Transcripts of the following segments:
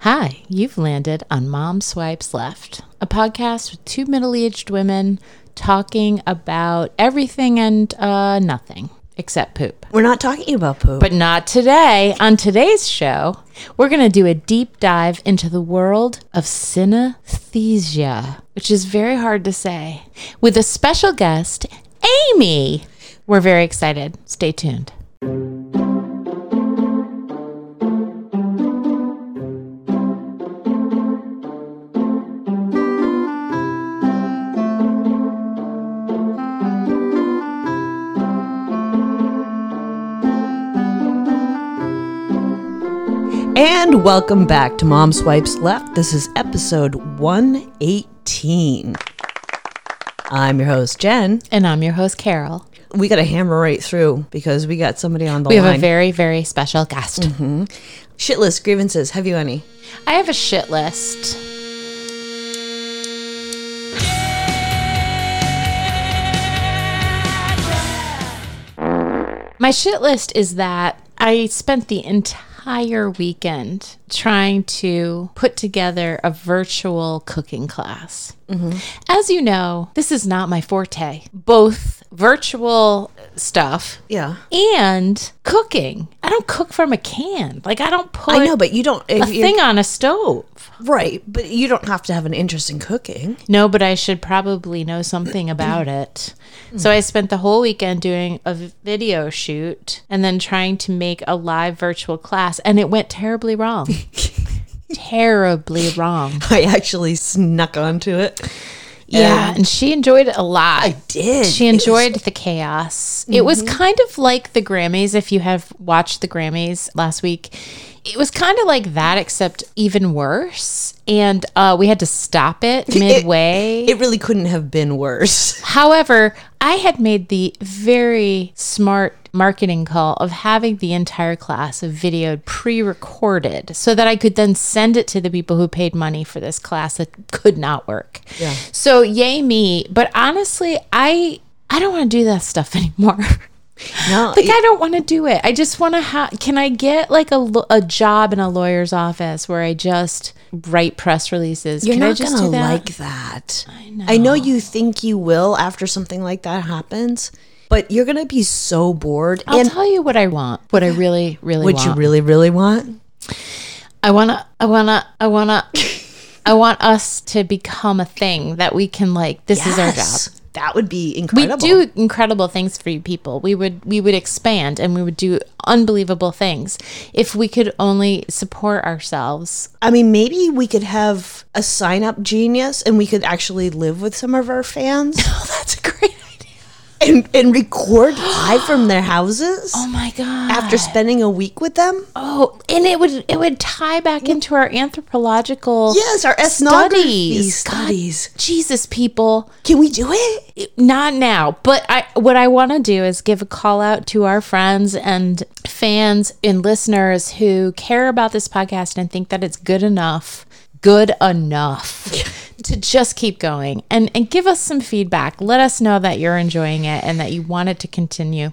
Hi, you've landed on Mom Swipes Left, a podcast with two middle aged women talking about everything and uh, nothing except poop. We're not talking about poop. But not today. On today's show, we're going to do a deep dive into the world of synesthesia, which is very hard to say, with a special guest, Amy. We're very excited. Stay tuned. and welcome back to Mom Swipes Left. This is episode 118. I'm your host, Jen. And I'm your host, Carol. We got to hammer right through because we got somebody on the We have a line. very, very special guest. Shitless grievances. Have you any? I have a shit list. My shit list is that I spent the entire weekend trying to put together a virtual cooking class. Mm-hmm. As you know, this is not my forte. Both virtual stuff Yeah. and cooking. I don't cook from a can. Like I don't put I know, but you don't. If a you're- thing on a stove. Right, but you don't have to have an interest in cooking. No, but I should probably know something about it. So I spent the whole weekend doing a v- video shoot and then trying to make a live virtual class, and it went terribly wrong. terribly wrong. I actually snuck onto it. Yeah, and she enjoyed it a lot. I did. She It was- enjoyed the chaos. It was kind of like the Grammys, if you have watched the Grammys last week. It was kind of like that, except even worse. And uh, we had to stop it midway. It really couldn't have been worse. However, I had made the very smart marketing call of having the entire class of videoed pre-recorded so that I could then send it to the people who paid money for this class that could not work. Yeah. So yay me, but honestly, I I don't want to do that stuff anymore. No, like I don't want to do it. I just want to have. Can I get like a, lo- a job in a lawyer's office where I just write press releases? You're Can not I just gonna do that? like that. I know. you think you will after something like that happens, but you're gonna be so bored. I'll and tell you what I want. What I really, really would want. you really, really want? I wanna, I wanna, I wanna, I want us to become a thing that we can like. This is our job. That would be We incredible. do incredible things for you people. We would, we would expand and we would do unbelievable things if we could only support ourselves. I mean, maybe we could have a sign up genius and we could actually live with some of our fans Oh, that's a great idea. and, and record live from their houses Oh my god. after spending a week with them. oh, and it would, it would tie back into our anthropological Yes, our ethnography studies. studies. God, Jesus, people. Can we do it? not now but i what i want to do is give a call out to our friends and fans and listeners who care about this podcast and think that it's good enough good enough to just keep going and and give us some feedback let us know that you're enjoying it and that you want it to continue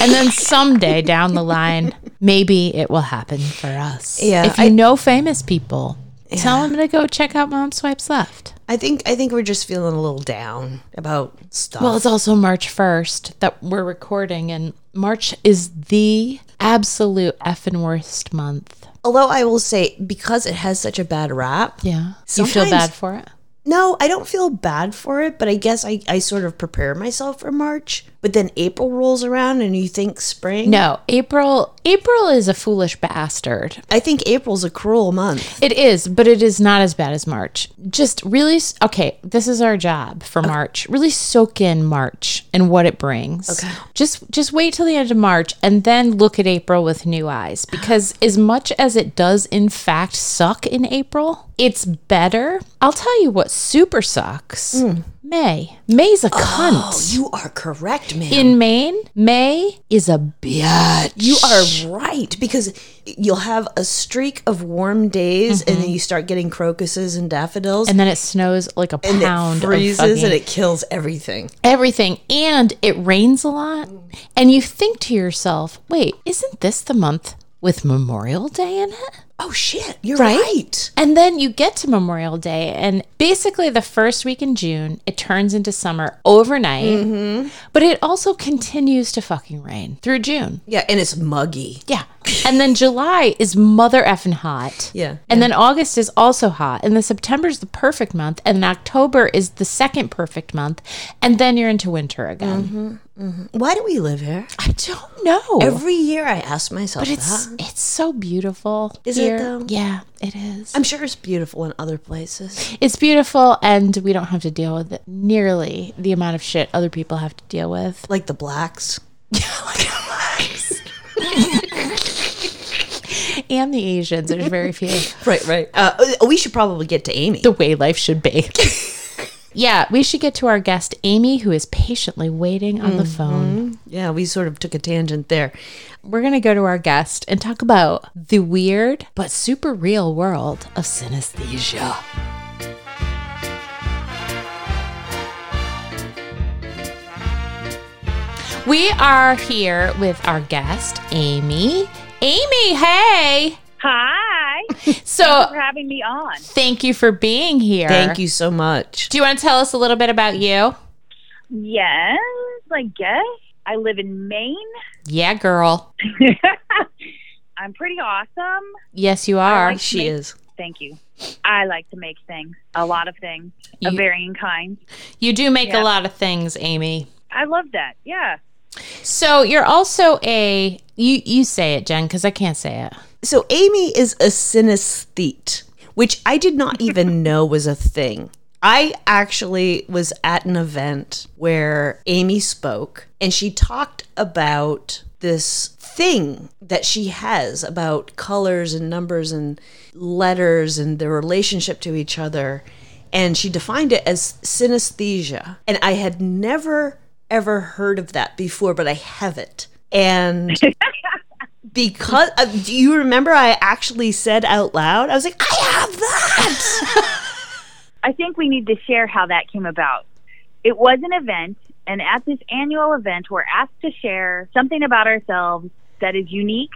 and then someday down the line maybe it will happen for us Yeah, if you I- know famous people tell them to go check out mom swipes left I think I think we're just feeling a little down about stuff. Well, it's also March 1st that we're recording, and March is the absolute effing worst month. Although I will say, because it has such a bad rap, Yeah. you feel Sometimes- bad for it? no, I don't feel bad for it, but I guess I, I sort of prepare myself for March. But then April rolls around and you think spring. No, April April is a foolish bastard. I think April's a cruel month. It is, but it is not as bad as March. Just really s- okay, this is our job for March. Really soak in March and what it brings. Okay. Just just wait till the end of March and then look at April with new eyes because as much as it does in fact suck in April, it's better. I'll tell you what super sucks. Hmm. May. May's a cunt. Oh, You are correct, man. in Maine, May is a bitch. you are right because you'll have a streak of warm days and then you start getting crocuses Mm-hmm. and daffodils and then it snows like a and pound it of freezes fucking- and it kills everything. everything and it rains a lot Mm. and you think to yourself wait isn't this the month with memorial day in it Oh, oh shit, you're Right? right. And then you get to Memorial Day, and basically the first week in June, it turns into summer overnight, Mm-hmm. but it also continues to fucking rain through June. Yeah, and it's muggy. Yeah. And then July is mother effing hot. Yeah. And then August is also hot. And then September is the perfect month. And then October is the second perfect month. And then you're into winter again. Why do we live here? I don't know. Mm-hmm. Every year I ask myself but it's that. it's so beautiful. Is it here. though? Yeah, it is. I'm sure it's beautiful in other places. It's beautiful, and we don't have to deal with it nearly the amount of shit other people have to deal with. Like the blacks. and the Asians, there's very few. Right, right. Uh, oh, we should probably get to Amy. The way life should be. yeah, we should get to our guest, Amy, who is patiently waiting on the Mm-hmm. phone. Yeah, we sort of took a tangent there. We're going to go to our guest and talk about the weird but super real world of synesthesia. We are here with our guest, Amy. Amy, hey! Hi. So, for having me on. thank you for being here. Thank you so much. Do you want to tell us a little bit about you? Yes, I guess. I live in Maine. Yeah, girl. I'm pretty awesome. Yes, you are. like- She is. Thank you. I like to make things, a lot of things, of You- varying kinds. You do make Yeah. a lot of things, Amy. I love that. Yeah. So you're also a you you say it, Jen, because I can't say it. So Amy is a synesthete, which I did not even know was a thing. I actually was at an event where Amy spoke and she talked about this thing that she has about colors and numbers and letters and their relationship to each other. And she defined it as synesthesia. And I had never, ever heard of that before, but I have it. And because uh, do you remember i actually said out loud i was like i have that I think we need to share how that came about. It was an event, and at this annual event, we're asked to share something about ourselves that is unique,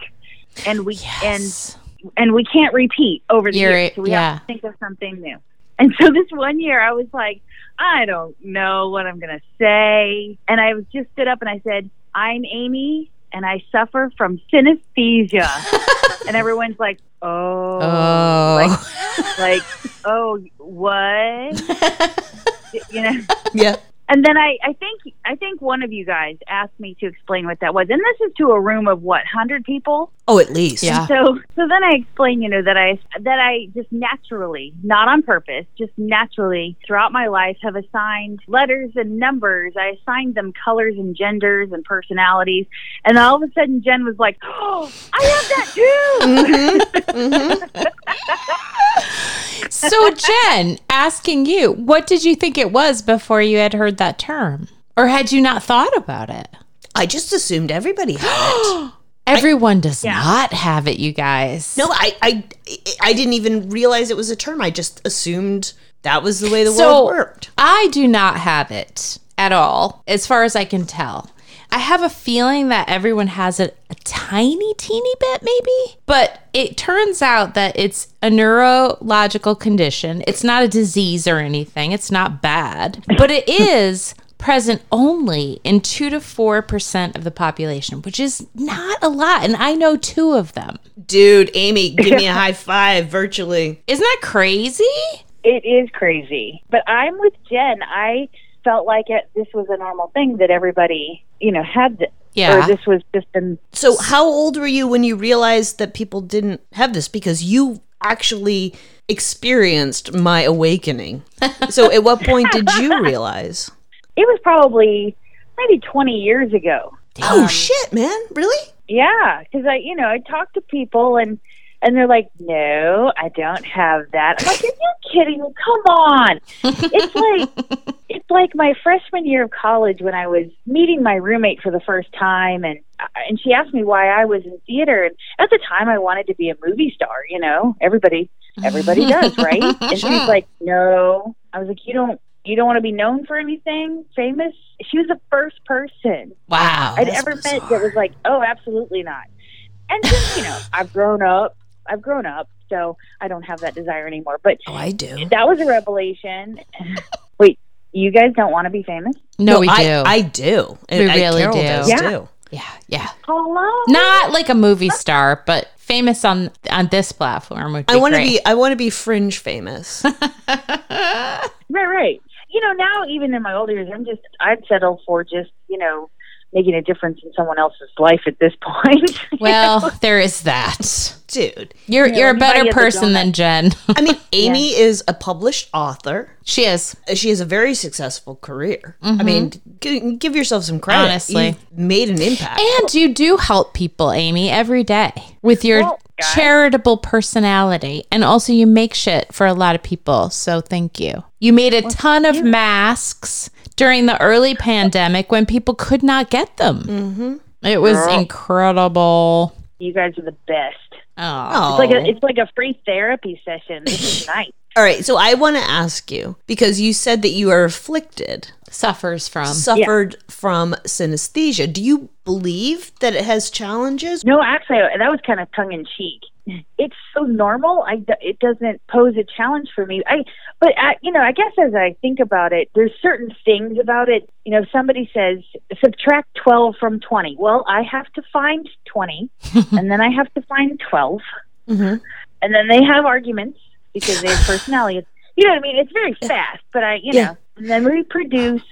and we and and we can't repeat over the You're- years, so we yeah. have to think of something new. And so this one year, I was like, I don't know what I'm gonna say, and I was just stood up and I said, I'm Amy, and I suffer from synesthesia, and everyone's like, Oh, Oh. like, oh, what? you know. yeah And then I, I think I think one of you guys asked me to explain what that was, and this is to a room of what hundred people. oh at least Yeah. So so then I explained, you know, that I that I just naturally, not on purpose, just naturally throughout my life have assigned letters and numbers. I assigned them colors and genders and personalities, and all of a sudden Jen was like, "Oh, I have that too." so Jen, asking you, what did you think it was before you had heard that term? Or had you not thought about it? i just assumed everybody had it Everyone does Yeah. not have it, you guys. no I, I i didn't even realize it was a term i just assumed that was the way the So- world worked I do not have it at all, as far as I can tell. I have a feeling that everyone has it a tiny, teeny bit, maybe. But it turns out that it's a neurological condition. It's not a disease or anything, it's not bad, but it is. Present only in two to four percent of the population, which is not a lot. And I know two of them. dude amy give me a high five virtually Isn't that crazy? It is crazy. But I'm with Jen. I felt like it, this was a normal thing that everybody, you know, had. th- Yeah. Or this was just an. so how old were you when you realized that people didn't have this because you actually experienced my awakening so at what point did you realize It was probably maybe 20 years ago. oh shit man really Yeah, because I, you know, I talk to people and and they're like, "No, I don't have that." I'm like, "Are you kidding? me? Come on!" It's like it's like my freshman year of college when I was meeting my roommate for the first time, and uh, and she asked me why I was in theater, and at the time I wanted to be a movie star. You know, everybody everybody does, right? And she's like, "No," I was like, "You don't." You don't want to be known for anything famous? She was the first person Wow. I'd ever met that was like, oh, absolutely not. And just, you know, I've grown up. I've grown up, so I don't have that desire anymore. But Oh, I do. that was a revelation. Wait, you guys don't want to be famous? No, we I, do. I do. We really Carol do. Does Yeah. too. yeah, yeah. Hello. Not like a movie star, but famous on on this platform. Would be I want to great. be. I want to be fringe famous. Right, right. You know, now even in my older years, I'm just I'd settle for just you know making a difference in someone else's life at this point. Well, there is that. Dude, You're you're a anybody better at the person than Jen. I mean, Amy is a published author. she is. She has a very successful career. I mean, Mm-hmm. g- give yourself some credit. Honestly. You've made an impact. And you do help people, Amy, every day with your Well, guys. charitable personality. And also, you make shit for a lot of people. So, thank you. You made a ton of masks during the early pandemic when people could not get them. It was incredible. you guys are the best. Oh, Oh. It's like a, it's like a free therapy session. This is nice. All right, so I want to ask you because you said that you are afflicted, suffers from. suffered from synesthesia. Do you believe that it has challenges? No, actually, that was kind of tongue in cheek. It's so normal. I it doesn't pose a challenge for me. I but I, you know, I guess as I think about it, there's certain things about it. You know, if somebody says subtract 12 from 20. Well, I have to find 20 and then I have to find 12. Mm-hmm. And then they have arguments because they have personalities. You know what I mean? It's very fast, but I, you Yeah. know, and then we produce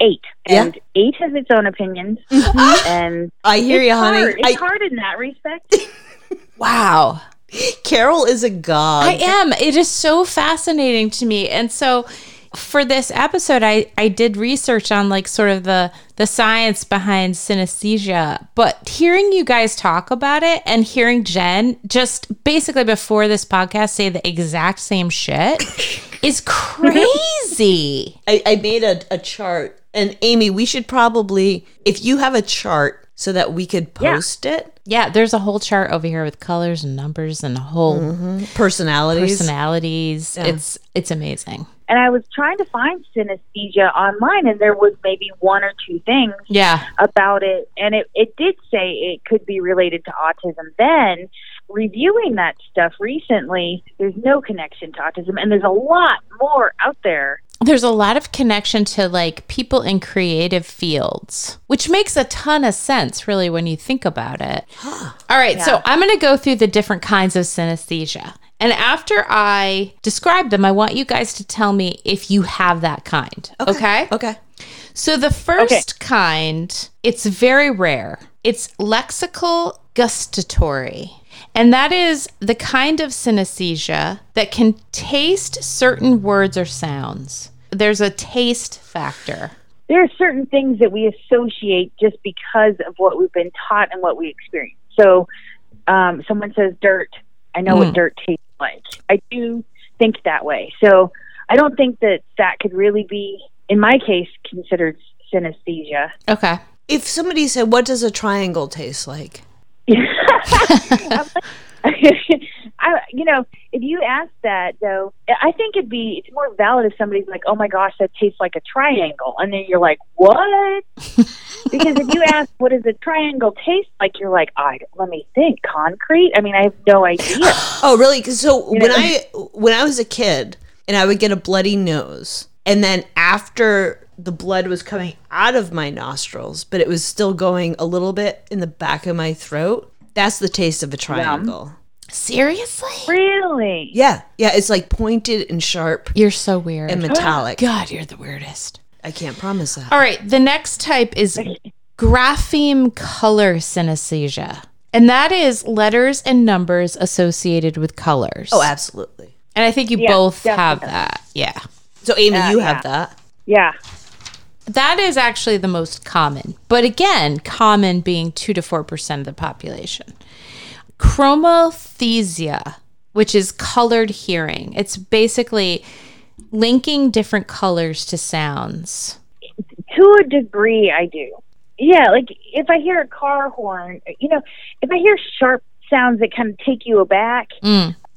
8 Yeah. Mm-hmm. and 8 has its own opinions and I hear you, it's honey. hard. I, It's hard in that respect. Wow. Carol is a god. I am. It is so fascinating to me. And so for this episode I I did research on like sort of the the science behind synesthesia, but hearing you guys talk about it and hearing Jen just basically before this podcast say the exact same shit is crazy. I, I made a, a chart. And Amy, we should probably, if you have a chart so that we could post it, Yeah, there's a whole chart over here with colors and numbers and whole personalities. personalities. It's it's amazing. and I was trying to find synesthesia online, and there was maybe one or two things Yeah. about it, and it, it did say it could be related to autism. Then, reviewing that stuff recently, there's no connection to autism, and there's a lot more out there. there's a lot of connection to like people in creative fields, which makes a ton of sense, really, when you think about it. All right, so I'm going to go through the different kinds of synesthesia. And after I describe them, I want you guys to tell me if you have that kind. Okay. okay. So the first kind, it's very rare. It's lexical gustatory. And that is the kind of synesthesia that can taste certain words or sounds. There's a taste factor. There are certain things that we associate just because of what we've been taught and what we experience. So, um, someone says dirt, I know what dirt tastes like. I do think that way. So, I don't think that that could really be, in my case, considered synesthesia. Okay. If somebody said, What does a triangle taste like? I, you know, if you ask that though, I think it'd be it's more valid if somebody's like, "Oh my gosh, that tastes like a triangle," and then you're like, "What?" because if you ask, "What does a triangle taste like?" You're like, "I let me think, concrete." I mean, I have no idea. Oh, really? 'Cause So when know- I when I was a kid and I would get a bloody nose, and then after the blood was coming out of my nostrils, but it was still going a little bit in the back of my throat. That's the taste of a triangle. Seriously? really? Yeah, yeah, it's like pointed and sharp You're so weird. and metallic. God, you're the weirdest. I can't promise that. All right. The next type is grapheme color synesthesia. And that is letters and numbers associated with colors. Oh, absolutely. And I think you Yeah, both have definitely. that. Yeah. So Amy, you yeah. have that. Yeah. That is actually the most common. But again, common being 2 to 4% of the population. Chromothesia, which is colored hearing. It's basically linking different colors to sounds. to a degree i do yeah like if i hear a car horn you know if i hear sharp sounds that kind of take you aback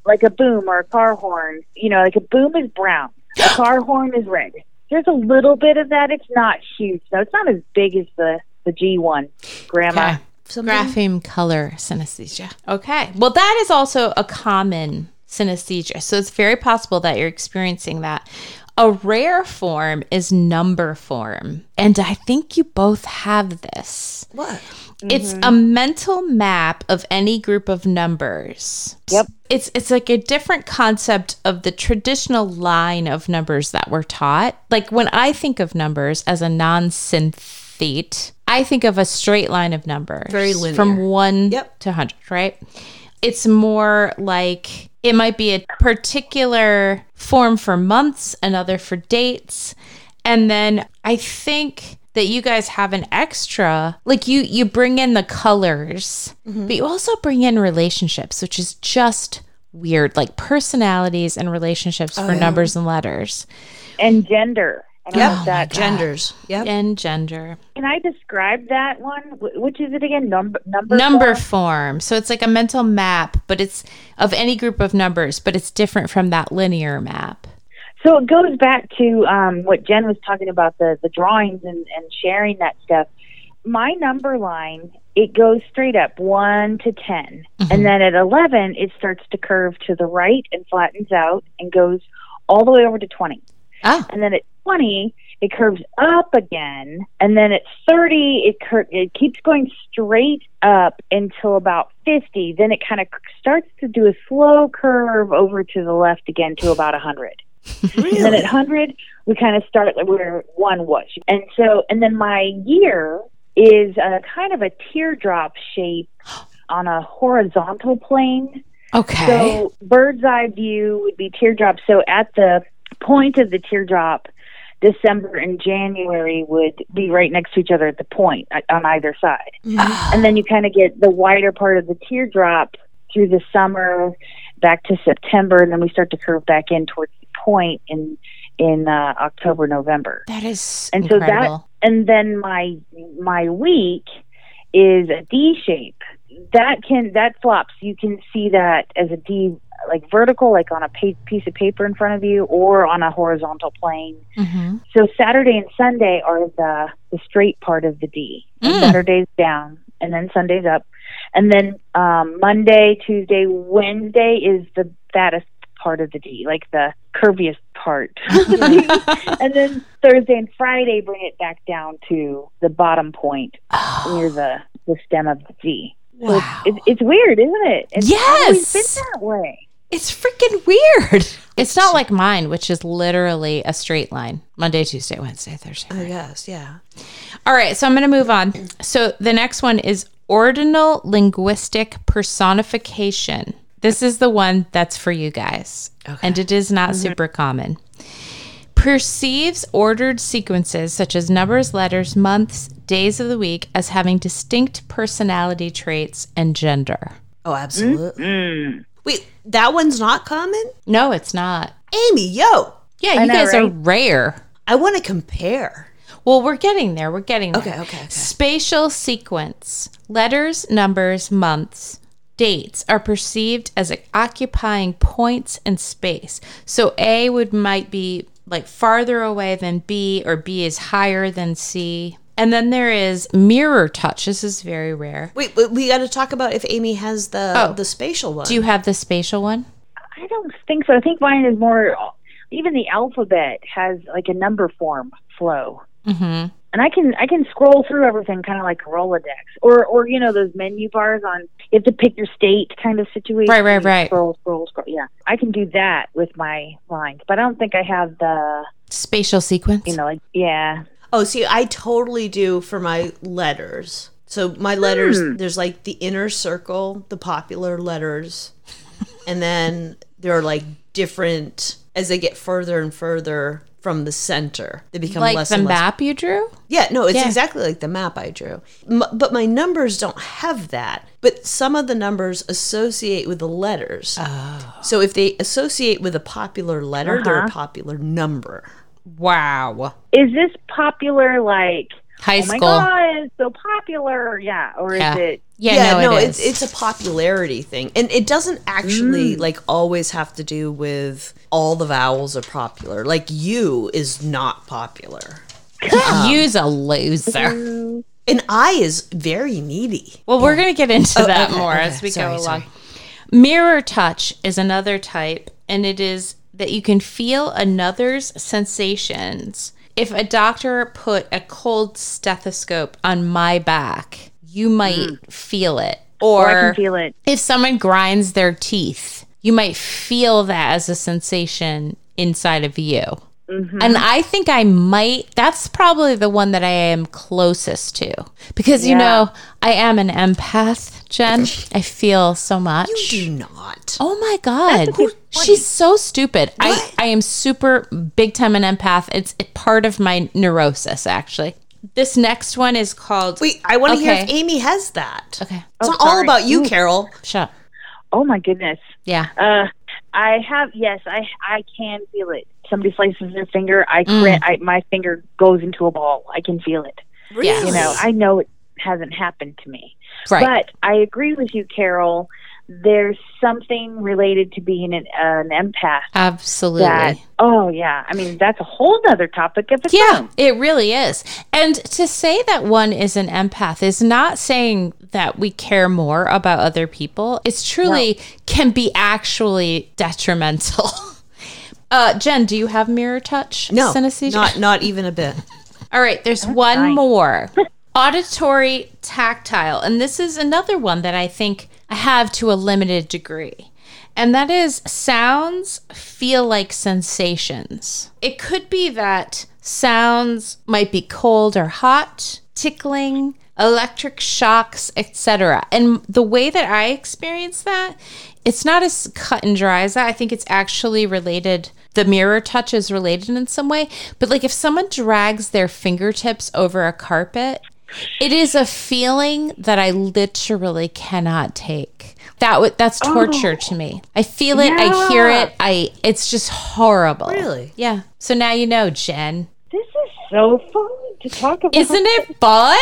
like a boom or a car horn you know like a boom is brown a car horn is red there's a little bit of that it's not huge though it's not as big as the the g one grandma Okay. something? Grapheme color synesthesia. Okay. Well, that is also a common synesthesia. So it's very possible that you're experiencing that. A rare form is number form. And I think you both have this. What? It's a mental map of any group of numbers. Yep. It's it's like a different concept of the traditional line of numbers that we're taught. Like when I think of numbers as a non-synthete, I think of a straight line of numbers. Very linear. From 1 Yep. to 100, right? It's more like it might be a particular form for months, another for dates. And then I think that you guys have an extra like you you bring in the colors, but you also bring in relationships, which is just weird, like personalities and relationships for numbers and letters and gender. And all of that. Genders. Yep. and gender. Can I describe that one? Wh- Which is it again? Number number number form? form. So it's like a mental map, but it's of any group of numbers, but it's different from that linear map. So it goes back to um, what Jen was talking about the the drawings and, and sharing that stuff. My number line it goes straight up one to 10 and then at eleven it starts to curve to the right and flattens out and goes all the way over to twenty. Oh, and then at 20 it curves up again and then at 30 it cur- it keeps going straight up until about 50 then it kind of starts to do a slow curve over to the left again to about 100 and then at 100 we kind of start like where 1 was and so and then my year is a kind of a teardrop shape on a horizontal plane okay. so bird's eye view would be teardrop. So at the point of the teardrop, December and January would be right next to each other at the point uh, on either side. Mm-hmm. And then you kind of get the wider part of the teardrop through the summer back to September and then we start to curve back in towards the point in in uh, October, November. that is And so incredible. that and then my my week is a D shape. That can that flops. You can see that as a D like vertical like on a pa- piece of paper in front of you or on a horizontal plane. hmm So Saturday and Sunday are the the straight part of the D. Mm. And Saturday's down and then Sunday's up. And then um, Monday, Tuesday, Wednesday is the fattest part of the D, like the curviest part. and then Thursday and Friday bring it back down to the bottom point near the, the stem of the D. So it's- Wow. it's, it's weird, isn't it? It's Yes. always been that way. It's freaking weird. It's not like mine, which is literally a straight line Monday, Tuesday, Wednesday, Thursday. I guess. Oh, Yeah. All right, so I'm going to move on. So the next one is ordinal linguistic personification. This is the one that's for you guys, and it is not super common. Perceives ordered sequences such as numbers, letters, months, days of the week as having distinct personality traits and gender. Oh, absolutely. Mm-hmm. Wait, that one's not common. No, it's not. Amy, yo, Yeah, you know, guys are right? rare. I want to compare. Well, we're getting there. We're getting there. Okay, okay, okay. Spatial sequence. Letters, numbers, months, dates are perceived as occupying points in space. So A would might be like farther away than B or B is higher than C. And then there is mirror touch. This is very rare. Wait, but we got to talk about if Amy has the Oh. the spatial one. Do you have the spatial one? I don't think so. I think mine is more. Even the alphabet has like a number form flow, Mhm. and I can I can scroll through everything kind of like a Rolodex, or or you know those menu bars on you have to pick your state kind of situation. Right, right, You right. Scroll, scroll, scroll. Yeah, I can do that with my lines, but I don't think I have the Spatial sequence. you know like yeah. oh, see, I totally do for my letters. So my letters, there's like the inner circle, the popular letters, and then there are like different as they get further and further from the center. They become like less the and less map you drew? Yeah, no, it's Yeah. exactly like the map I drew. M- but my numbers don't have that. But some of the numbers associate with the letters. Oh. So if they associate with a popular letter, Uh-huh. they're a popular number. Wow. Is this popular like? High Oh my school. God, it's so popular. Yeah, or Yeah. is it? Yeah, no, it is. Mm. It's, it's a popularity thing. And it doesn't actually like always have to do with all the vowels are popular. Like you is not popular. Use a loser. An eye is very needy. Well, we're going to get into that okay, more okay. as we Sorry, go along. sorry. Mirror touch is another type, and it is that you can feel another's sensations. If a doctor put a cold stethoscope on my back, you might feel it. Or, Or I can feel it. if someone grinds their teeth, you might feel that as a sensation inside of you. Mm-hmm. And I think I might, that's probably the one that I am closest to because, you Yeah. know, I am an empath, Jen. I feel so much. You do not. Oh my God. She's so stupid. I, I am super big time an empath. It's a part of my neurosis, actually. This next one is called. Wait, I want to hear if Okay. Amy has that. Okay. It's not all about you, Carol. Shut up. Oh my goodness. Yeah. Uh, I have yes, I I can feel it. Somebody slices their finger, I Mm. crit, I my finger goes into a ball. I can feel it. Really? Yeah. You know, I know it hasn't happened to me. Right. But I agree with you, Carol. There's something related to being an, an empath Absolutely. that oh yeah. I mean, that's a whole nother topic of its Yeah, own. it really is. And to say that one is an empath is not saying that we care more about other people. It's truly can be actually detrimental. Uh, Jen, do you have mirror touch no, synesthesia? not not even a bit. All right, there's one more auditory tactile. And this is another one that I think I have to a limited degree. And that is sounds feel like sensations. It could be that sounds might be cold or hot, tickling, electric shocks, etc. And the way that I experience that, it's not as cut and dry as that. I think it's actually related. The mirror touch is related in some way. But like if someone drags their fingertips over a carpet, it is a feeling that I literally cannot take. That w- that's torture to me. I feel it. I hear it. I. It's just horrible. Really? Yeah. So now you know, Jen. This is so fun to talk about. Isn't it fun?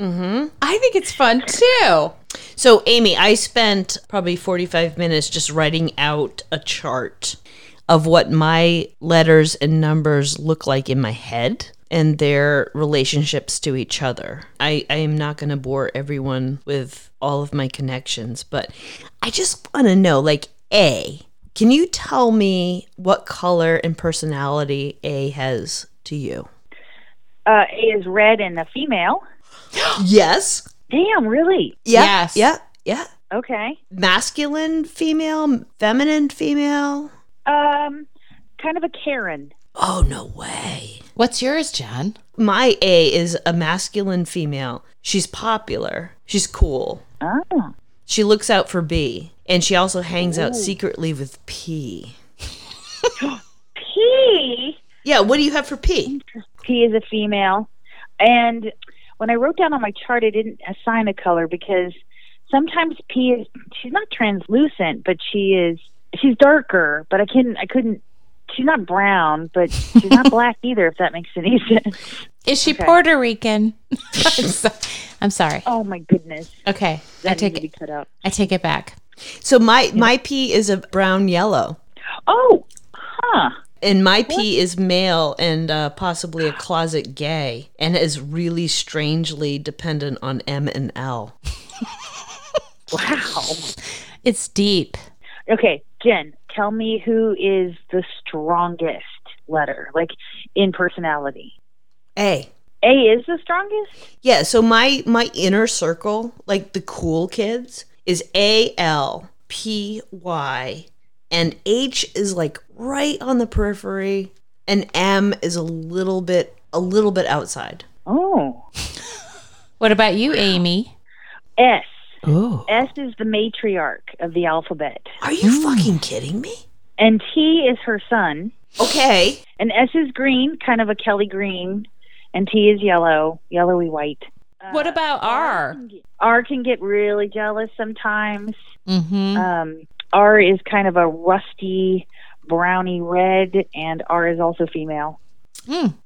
Mm-hmm. I think it's fun too. So, Amy, I spent probably 45 minutes just writing out a chart of what my letters and numbers look like in my head and their relationships to each other. I, I am not going to bore everyone with all of my connections, but I just want to know like, A, can you tell me what color and personality A has to you? uh, A is red and a female. Yes. Damn, really? Yeah, Yes. Yeah. Yeah. Okay. Masculine, female, feminine, female. Um, kind of a Karen. Oh, no way. What's yours, Jen? My A is a masculine female. She's popular. She's cool. Oh. She looks out for B. And she also hangs out secretly with P. P. Yeah, what do you have for P? P is a female. And when I wrote down on my chart, I didn't assign a color because sometimes P is she's not translucent, but she is she's darker. But I can I couldn't. She's not brown, but she's not black either. If that makes any sense. Is she Puerto Rican? I'm, so- I'm sorry. Oh my goodness, Okay, I that take needed it. to be cut out. I take it back. So my my P is a brown yellow. Oh, huh. And my P is male and uh, possibly a closet gay and is really strangely dependent on M and L. Wow. It's deep. Okay, Jen, tell me who is the strongest letter, like in personality. A. A is the strongest? Yeah, so my my inner circle, like the cool kids, is A L P Y and H is like right on the periphery and M is a little bit a little bit outside. Oh. What about you, Amy? S. Oh. S is the matriarch of the alphabet. Are you fucking kidding me? And T is her son. Okay. And S is green, kind of a Kelly green. And T is yellow, yellowy white. Uh, Uh, what about R? R can get really jealous sometimes. Mm-hmm. Um, R is kind of a rusty browny red, and R is also female.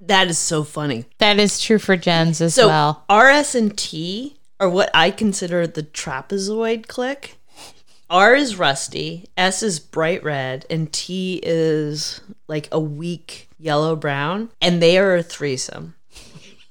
That is so funny. That is true for Jen's as So well. RS and T are what I consider the trapezoid click. R is rusty, S is bright red, and T is like a weak yellow brown, and they are a threesome.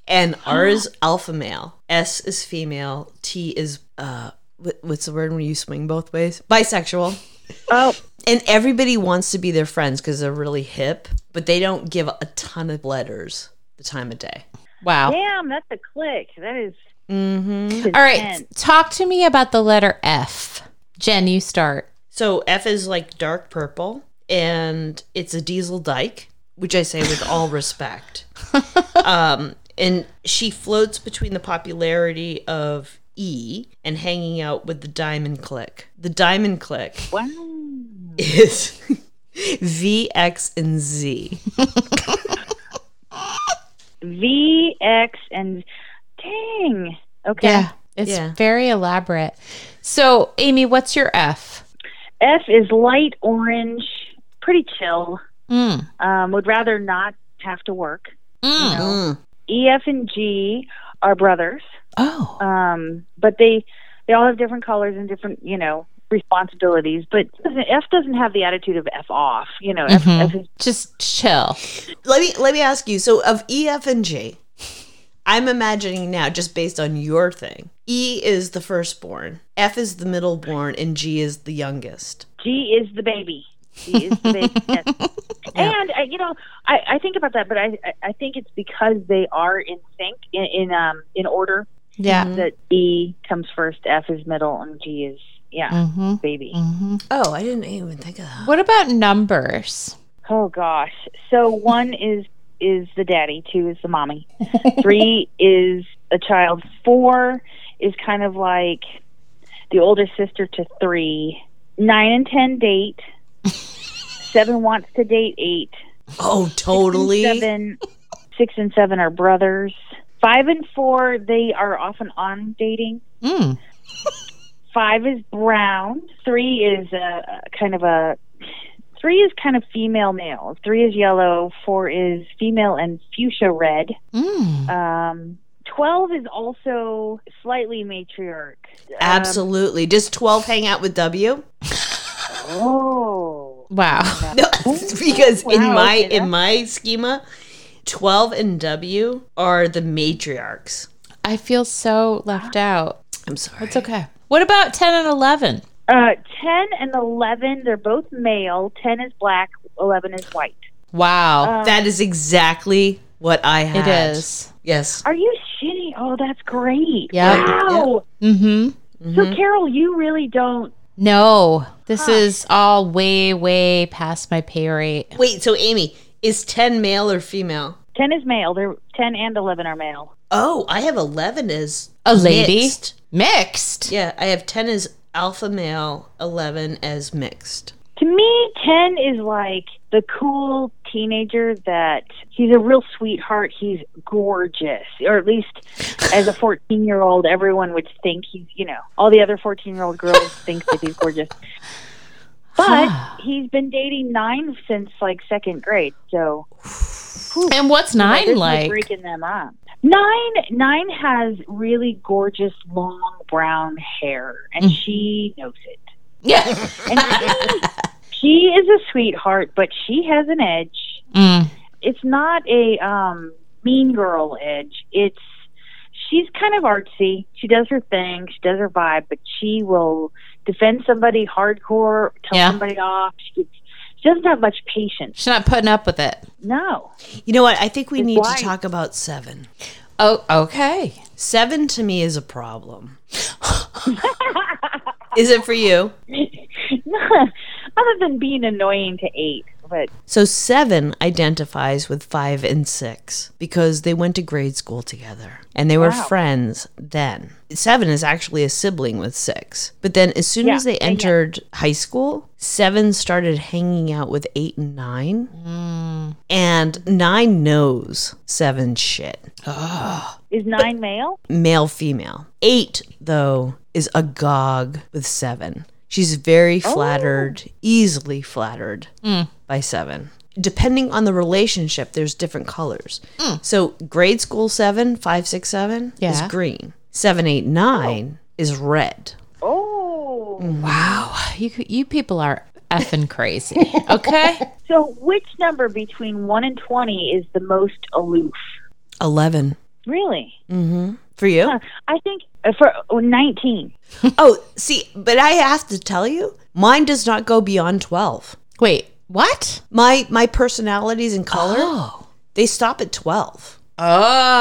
and R is alpha male, S is female, T is uh, wh- what's the word when you swing both ways? Bisexual. Oh, And everybody wants to be their friends because they're really hip, but they don't give a ton of letters the time of day. Wow. damn, that's a click. That is All right. Talk to me about the letter F. Jen, you start. So F is like dark purple, and it's a diesel dyke, which I say with all respect. um, and she floats between the popularity of E and hanging out with the Diamond Click. The Diamond Click wow. is V, X, and Z. V X and dang. Okay. It's Yeah. very elaborate. So, Amy, what's your F? F is light orange, pretty chill. Mm. Um, would rather not have to work. Mm. E, F, and G are brothers, Oh. um, but they they all have different colors and different you know responsibilities. But F doesn't have the attitude of F off. You know, F, F is Just chill. Let me let me ask you. So of E, F, and G, I'm imagining now just based on your thing. E is the firstborn, F is the middleborn, and G is the youngest. G is the baby. G is the baby. yes. And I, you know, I, I think about that, but I I- I think it's because they are in sync in, in um in order Yeah. that E comes first, F is middle, and G is yeah Mm-hmm. baby. Mm-hmm. Oh, I didn't even think of that. What about numbers? Oh gosh. So one is is the daddy, two is the mommy, three is a child, four is kind of like the older sister to three. Nine and ten date. Seven wants to date eight. Oh, totally. um, Seven, six and seven are brothers. Five and four, they are off and on dating. Mm. Five is brown. Three is a kind of a three is kind of female male. Three is yellow. Four is female and fuchsia red. Mm. Um, Twelve is also slightly matriarch. Um, Absolutely. Does 12 hang out with W? oh, Wow. No, because in Wow, my okay, in my schema, 12 and W are the matriarchs. I feel so left out. I'm sorry. It's okay. What about 10 and 11? uh, ten and eleven. They're both male. Ten is black. Eleven is white. Wow. That is exactly what I it had. is. Yes. Are you shitty? Oh, that's great. Yeah. Wow. Mm-hmm. So, Carol, you really don't. No, this is all way, way past my pay rate. Wait, so Amy, is 10 male or female? 10 is male. They're 10 and 11 are male. Oh, I have 11 as A lady? mixed. Mixed. Yeah, I have 10 as alpha male, 11 as mixed. To me, 10 is like the cool teenager that he's a real sweetheart. He's gorgeous. Or at least as a 14 year old, everyone would think he's, you know, all the other 14 year old girls think that he's gorgeous. But he's been dating nine since like second grade. So. And what's nine Like, there's no like? breaking them up. Nine Nine has really gorgeous long brown hair, and Mm. she knows it. Yeah. And she, she is a sweetheart, but she has an edge. Mm. It's not a um, mean girl edge. It's she's kind of artsy. She does her thing. She does her vibe, but she will defend somebody hardcore, tell Yeah. somebody off. She, she doesn't have much patience. She's not putting up with it. No. You know what? I think we need blind. to talk about 7. Oh, okay. Seven to me is a problem. is it for you? other than being annoying to eight but So, seven identifies with five and six because they went to grade school together and they were Wow. friends then. Seven is actually a sibling with six. But then, as soon Yeah, as they yeah, yeah. entered high school, seven started hanging out with eight and nine. Mm. And nine knows seven shit, is nine male male, female. Eight, though, is agog with seven. She's very flattered, easily flattered by seven. Depending on the relationship, there's different colors. So grade school seven, five, six, seven Yeah. is green. Seven, eight, nine is red. oh Wow. You you people are effing crazy. Okay. so which number between one and 20 is the most aloof Eleven. Really? For you? Huh. I think uh, for oh, 19. Oh, see, but I have to tell you, mine does not go beyond 12. Wait, what? My my personalities and color, they stop at 12.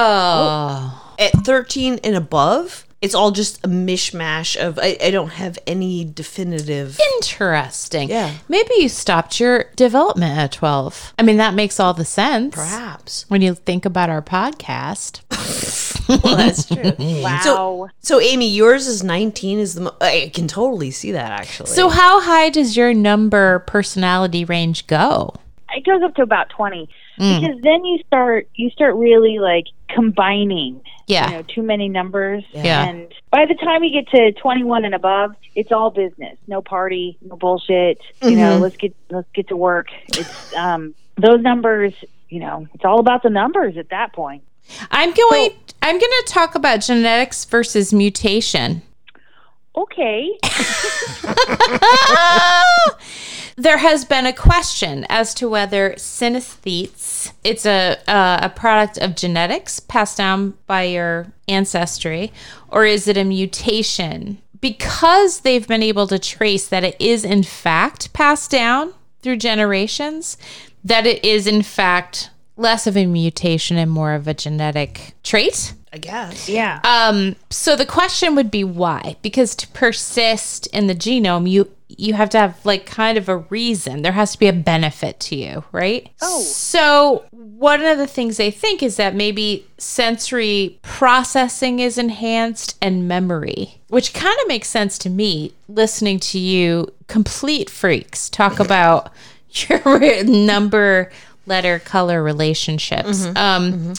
Oh. At 13 and above, it's all just a mishmash of I, I don't have any definitive. Interesting. Yeah. Maybe you stopped your development at 12. I mean, that makes all the sense Perhaps. when you think about our podcast. Well, that's true. Wow. So, so Amy, yours is 19 is the mo- I can totally see that actually. So, how high does your number personality range go? it goes up to about 20 Hmm. because then you start you start really like combining Yeah. you know too many numbers Yeah. and by the time you get to 21 and above it's all business no party no bullshit you know Mm-hmm. let's get let's get to work it's um those numbers you know it's all about the numbers at that point I'm going I'm going to talk about genetics versus mutation. okay there has been a question as to whether synesthetes it's a uh, a product of genetics passed down by your ancestry or is it a mutation because they've been able to trace that it is in fact passed down through generations that it is in fact less of a mutation and more of a genetic trait I guess. yeah um, so the question would be why? Because to persist in the genome, you you have to have like kind of a reason. There has to be a benefit to you, right? Oh. So one of the things they think is that maybe sensory processing is enhanced and memory, which kind of makes sense to me listening to you complete freaks talk about your number letter color relationships. Um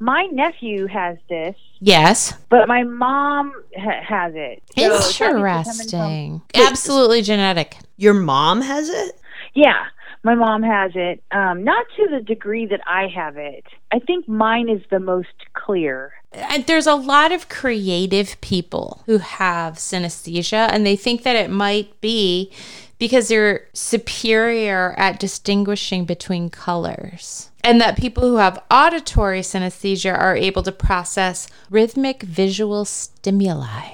my nephew has this yes. but my mom ha- has it So that means they're coming from- Interesting. Absolutely genetic. Your mom has it? Yeah, my mom has it. Um, not to the degree that I have it. I think mine is the most clear. And Uh, there's a lot of creative people who have synesthesia, and they think that it might be because they're superior at distinguishing between colors. And that people who have auditory synesthesia are able to process rhythmic visual stimuli.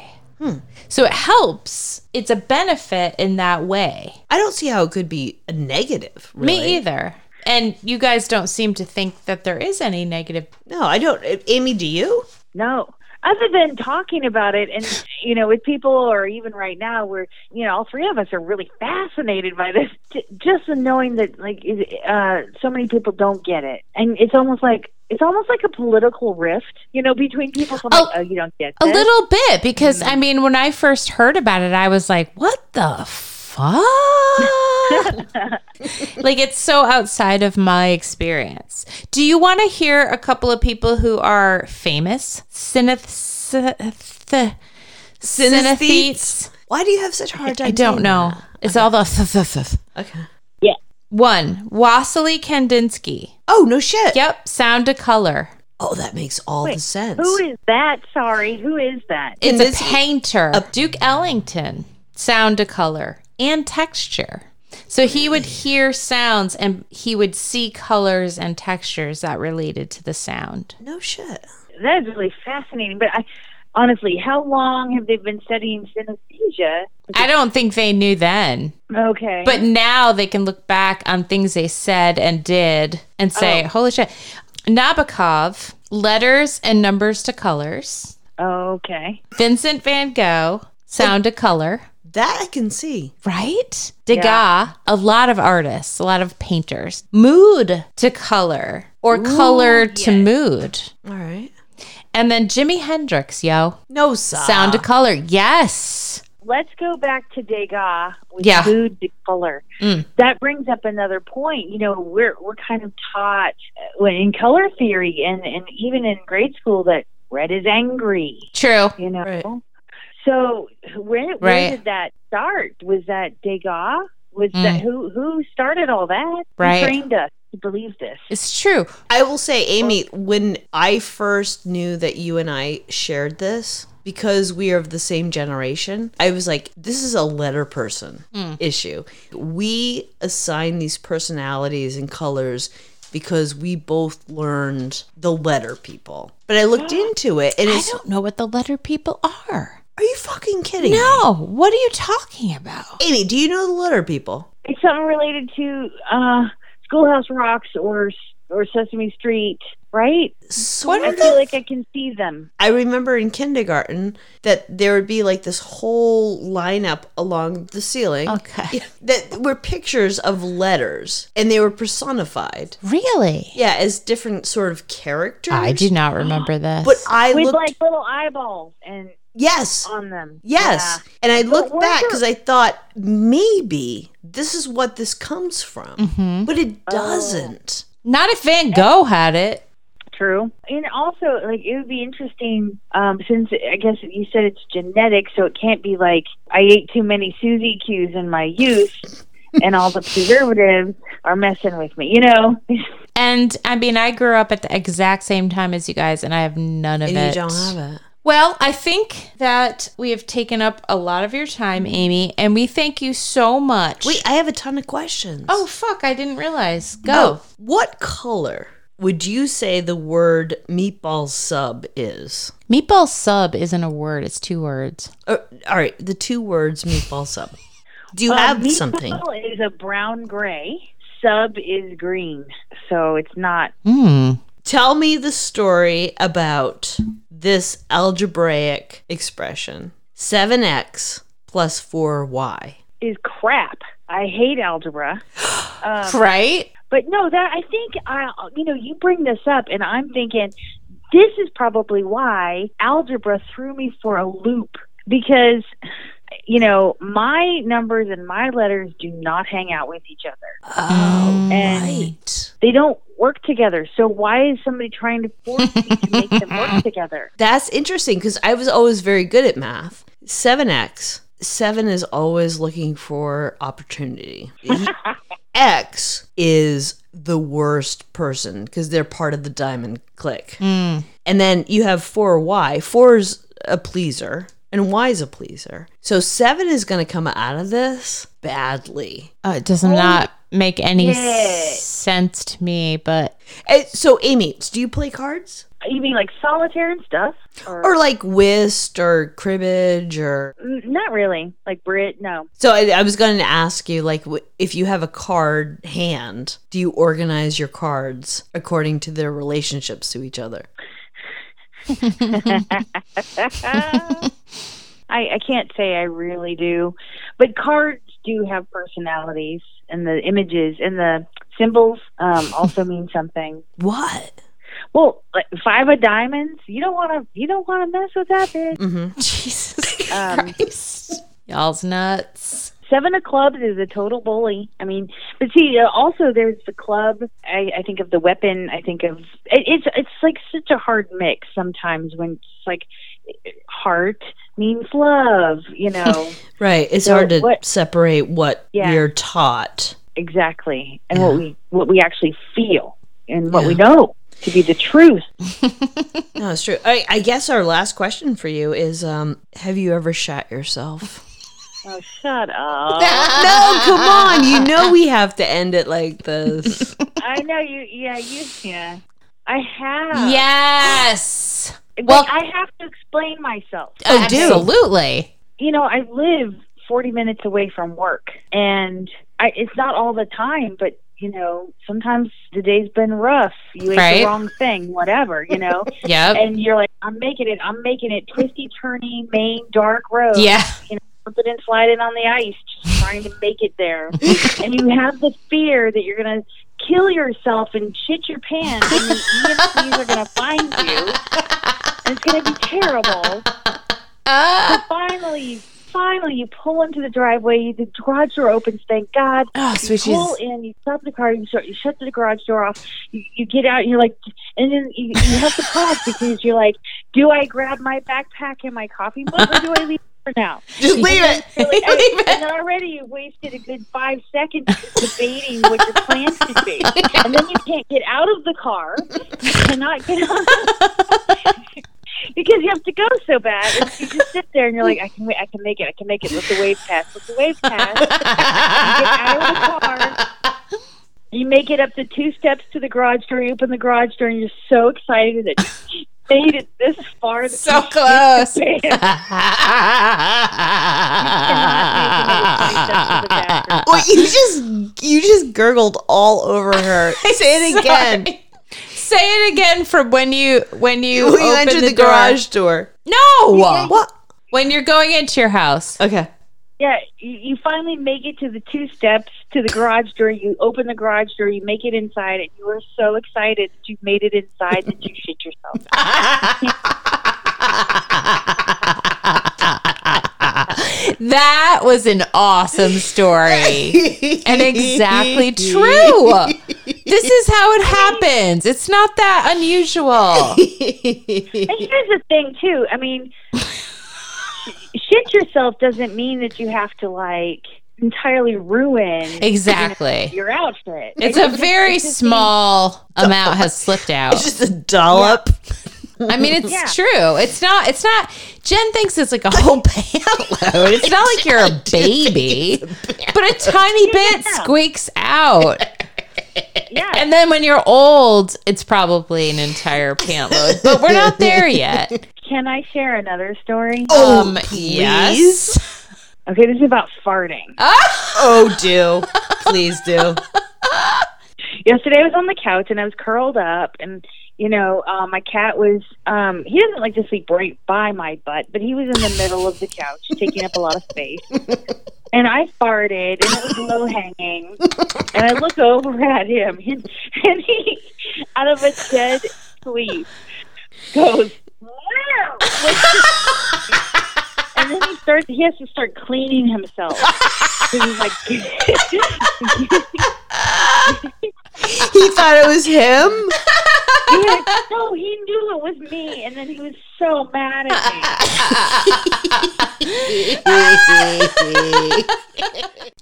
So it helps. It's a benefit in that way. I don't see how it could be a negative. Really. Me either. And you guys don't seem to think that there is any negative. No, I don't. Amy, do you? No. Other than talking about it, and you know, with people, or even right now, we're you know, all three of us are really fascinated by this. J- Just in knowing that, like, it- uh, so many people don't get it, and it's almost like it's almost like a political rift, you know, between people. From like, Oh, oh, you don't get A this. little bit, because I mean, when I first heard about it, I was like, what the fuck? like, it's so outside of my experience. Do you want to hear a couple of people who are famous? Syneth. Synesthetes? Why do you have such a hard time? I don't saying know. It's all the. th- th- th- that? Okay. Yeah. One, Wassily Kandinsky. Oh no shit. Yep, sound to color. Oh, that makes all the sense. Who is that? Sorry, who is that? It's And this- a painter. Duke Ellington, sound to color and texture. So he would hear sounds and he would see colors and textures that related to the sound. no shit. That is really fascinating. But I, honestly, how long have they been studying synesthesia? I don't think they knew then, Okay. but now they can look back on things they said and did and say, holy shit. Nabokov, letters and numbers to colors. okay. Vincent van Gogh, sound to color. That I can see. Right? Degas, a lot of artists, a lot of painters. Mood to color or color to mood. All right. And then Jimi Hendrix, yo. No sound. Sound to color. Yes. Let's go back to Degas with Yeah. Mm. food to color. That brings up another point. You know, we're we're kind of taught uh, when in color theory and and even in grade school that red is angry. True. You know. Right. So when where Right. did that start? Was that Degas? Was that who who started all that? Who Mm. Right. trained us to believe this? It's true. I will say, Amy, when I first knew that you and I shared this, because we are of the same generation, I was like, this is a letter Hmm. person issue. We assign these personalities and colors because we both learned the letter people. But I looked into it and I it's don't know what the letter people are. are you fucking kidding? me? No, what are you talking about? Amy, do you know the letter people? It's something related to uh, Schoolhouse Rocks or or Sesame Street, right? Sort I of. feel like I can see them. I remember in kindergarten that there would be like this whole lineup along the ceiling Okay. that were pictures of letters and they were personified. Really? Yeah, as different sort of characters. I do not remember this. But I With looked. like little eyeballs and yes. on them. Yes. And I looked were back there- because I thought maybe this is what this comes from, Mm-hmm. but it Oh. doesn't. not if Van Gogh had it. True. And also, like, it would be interesting um, since I guess you said it's genetic, so it can't be like I ate too many Suzy Q's in my youth and all the preservatives are messing with me, you know? And I mean, I grew up at the exact same time as you guys, and I have none of And it. you don't have it. Well, I think that we have taken up a lot of your time, Amy, and we thank you so much. Wait, I have a ton of questions. oh, fuck, I didn't realize. Go. Oh, what color would you say the word meatball sub is? Meatball sub isn't a word, it's two words. Uh, all right, the two words meatball sub. Do you have meatball something? is a brown gray, sub is green. So it's not. Hmm. Tell me the story about this algebraic expression 7x plus 4y. Is crap. I hate algebra. Right? But no, that I think I, you know, you bring this up, and I'm thinking this is probably why algebra threw me for a loop because, you know, my numbers and my letters do not hang out with each other. Oh, And- right. They don't work together. So why is somebody trying to force me to make them work together? That's interesting because I was always very good at math. 7x, 7 is always looking for opportunity. X is the worst person because they're part of the diamond clique. And then you have 4y. 4 is a pleaser and y is a pleaser. So 7 is going to come out of this badly. Uh, it does not make any Yeah. sense to me, but Eh, So, Amy, do you play cards? You mean like solitaire and stuff? Or, Or like whist or cribbage or Mm, not really. Like Brit? No. So I, I was going to ask you, like, w- if you have a card hand, do you organize your cards according to their relationships to each other? I, I can't say I really do, but cards do have personalities, and the images and the symbols um, also mean something. What? Well, like five of diamonds, you don't want to you don't want to mess with that bitch. Mm-hmm. Jesus Um, Christ. Y'all's nuts. Seven of clubs is a total bully. I mean, but see, uh, also there's the club. I, I think of the weapon. I think of it, it's it's like such a hard mix sometimes when it's like heart means love, you know. Right. It's So hard to what- separate what Yeah. you're taught. exactly and what we what we actually feel and what we know to be the truth No, it's true. I, I guess our last question for you is um, Have you ever shot yourself? oh shut up no, come on. You know we have to end it like this. i know you yeah you yeah i have Yes. Like, well- i have to explain myself Oh, dude. Absolutely. you know i live 40 minutes away from work and i it's not all the time but you know sometimes the day's been rough you ate Right. the wrong thing whatever you know Yep. and you're like i'm making it i'm making it twisty turny main dark road Yeah. slipping and sliding on the ice, just trying to make it there. and you have the fear that you're going to kill yourself and shit your pants, and the EMTs are going to find you. And it's going to be terrible. Uh, But finally, finally, you pull into the driveway. you- The garage door opens. Thank God. Oh, You sweet pull Jesus. in, you stop the car, you shut, you shut the garage door off, you, you get out, and you're like, and then you, you have to pause because you're like, do I grab my backpack and my coffee mug or do I leave it for now? Just leave it. You're like, I- and then already you wasted a good five seconds debating what your plan should be, and then you can't get out of the car. You cannot get out because you have to go so bad. And you just sit there and you're like, I can, wait, I can make it, I can make it. Let the wave pass, let the wave pass. You get out of the car. You you make it up the two steps to the garage door, you open the garage door, and you're so excited that you made it this far. that So you close. shit the pants. Say Well, you just you just gurgled all over her. Say it again. it again from when you when you, When you open entered the, the, door. garage door. No, What? when you're going into your house. Okay. Yeah, you, you finally make it to the two steps to the garage door. You open the garage door, you make it inside, and you are so excited that you made it inside that you shit yourself. That was an awesome story. and exactly true. This is how it happens. It's not that unusual. And here's the thing, too. I mean, shit yourself doesn't mean that you have to like entirely ruin Exactly. your outfit. It's It a just- very it just small amount has slipped out. It's just a dollop. I mean, it's Yeah. true. It's not. It's not. Jen thinks it's like a whole payload. It's not like you're a baby, but a tiny bit Yeah. squeaks out. means- yeah. And then when you're old, it's probably an entire pant load. But we're not there yet. Can I share another story? Oh, um, please. yes. Okay, this is about farting. Oh, do please do. yesterday I was on the couch and I was curled up and you know uh, my cat was um he doesn't like to sleep right by my butt but he was in the middle of the couch taking up a lot of space and I farted and it was low hanging and I look over at him and, and he out of a dead sleep goes wow and then he starts he has to start cleaning himself 'Cause he's like He thought it was him. Yeah, no, he knew it was me, and then he was so mad at me.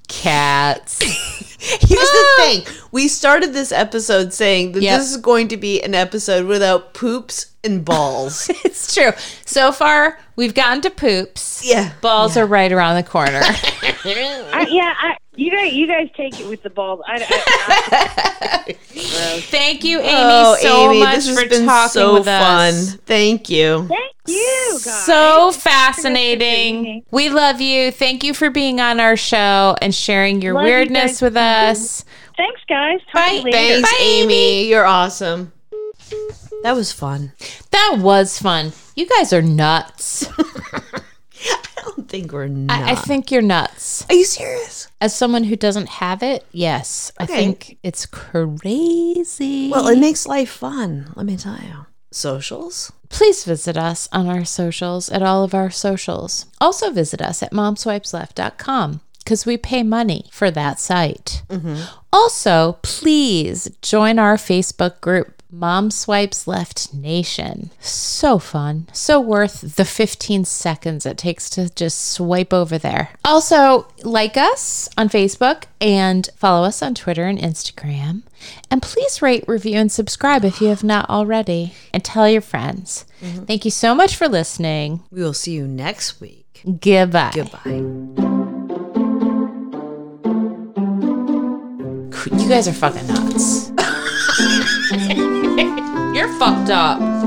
Cats. Here's the thing. We started this episode saying that Ah. Yep. this is going to be an episode without poops and balls. It's true. So far, we've gotten to poops. yeah. Balls are right around the corner. I, yeah, I, you guys, you guys take it with the balls. I, I, Thank you, Amy, oh, so Amy, much this has for been talking so with fun. us. Thank you. I, Oh, thank you, guys. So me. fascinating. We love you. Thank you for being on our show and sharing your Love you weirdness guys, with us. thanks, guys. Talk to you Bye. later. Thanks, Bye, Amy. You're awesome. That was fun. That was fun. You guys are nuts. I don't think we're not. I, I think you're nuts. Are you serious? As someone who doesn't have it, yes, I Okay. think it's crazy. Well, it makes life fun. Let me tell you. Socials. Please visit us on our socials at all of our socials. Also visit us at momswipesleft.com because we pay money for that site. Also, please join our Facebook group, Mom Swipes Left Nation. So fun. So worth the 15 seconds it takes to just swipe over there. Also, like us on Facebook and follow us on Twitter and Instagram. And please rate, review, and subscribe if you have not already. And tell your friends. Thank you so much for listening. We will see you next week. Goodbye. Goodbye. You guys are fucking nuts. You're fucked up.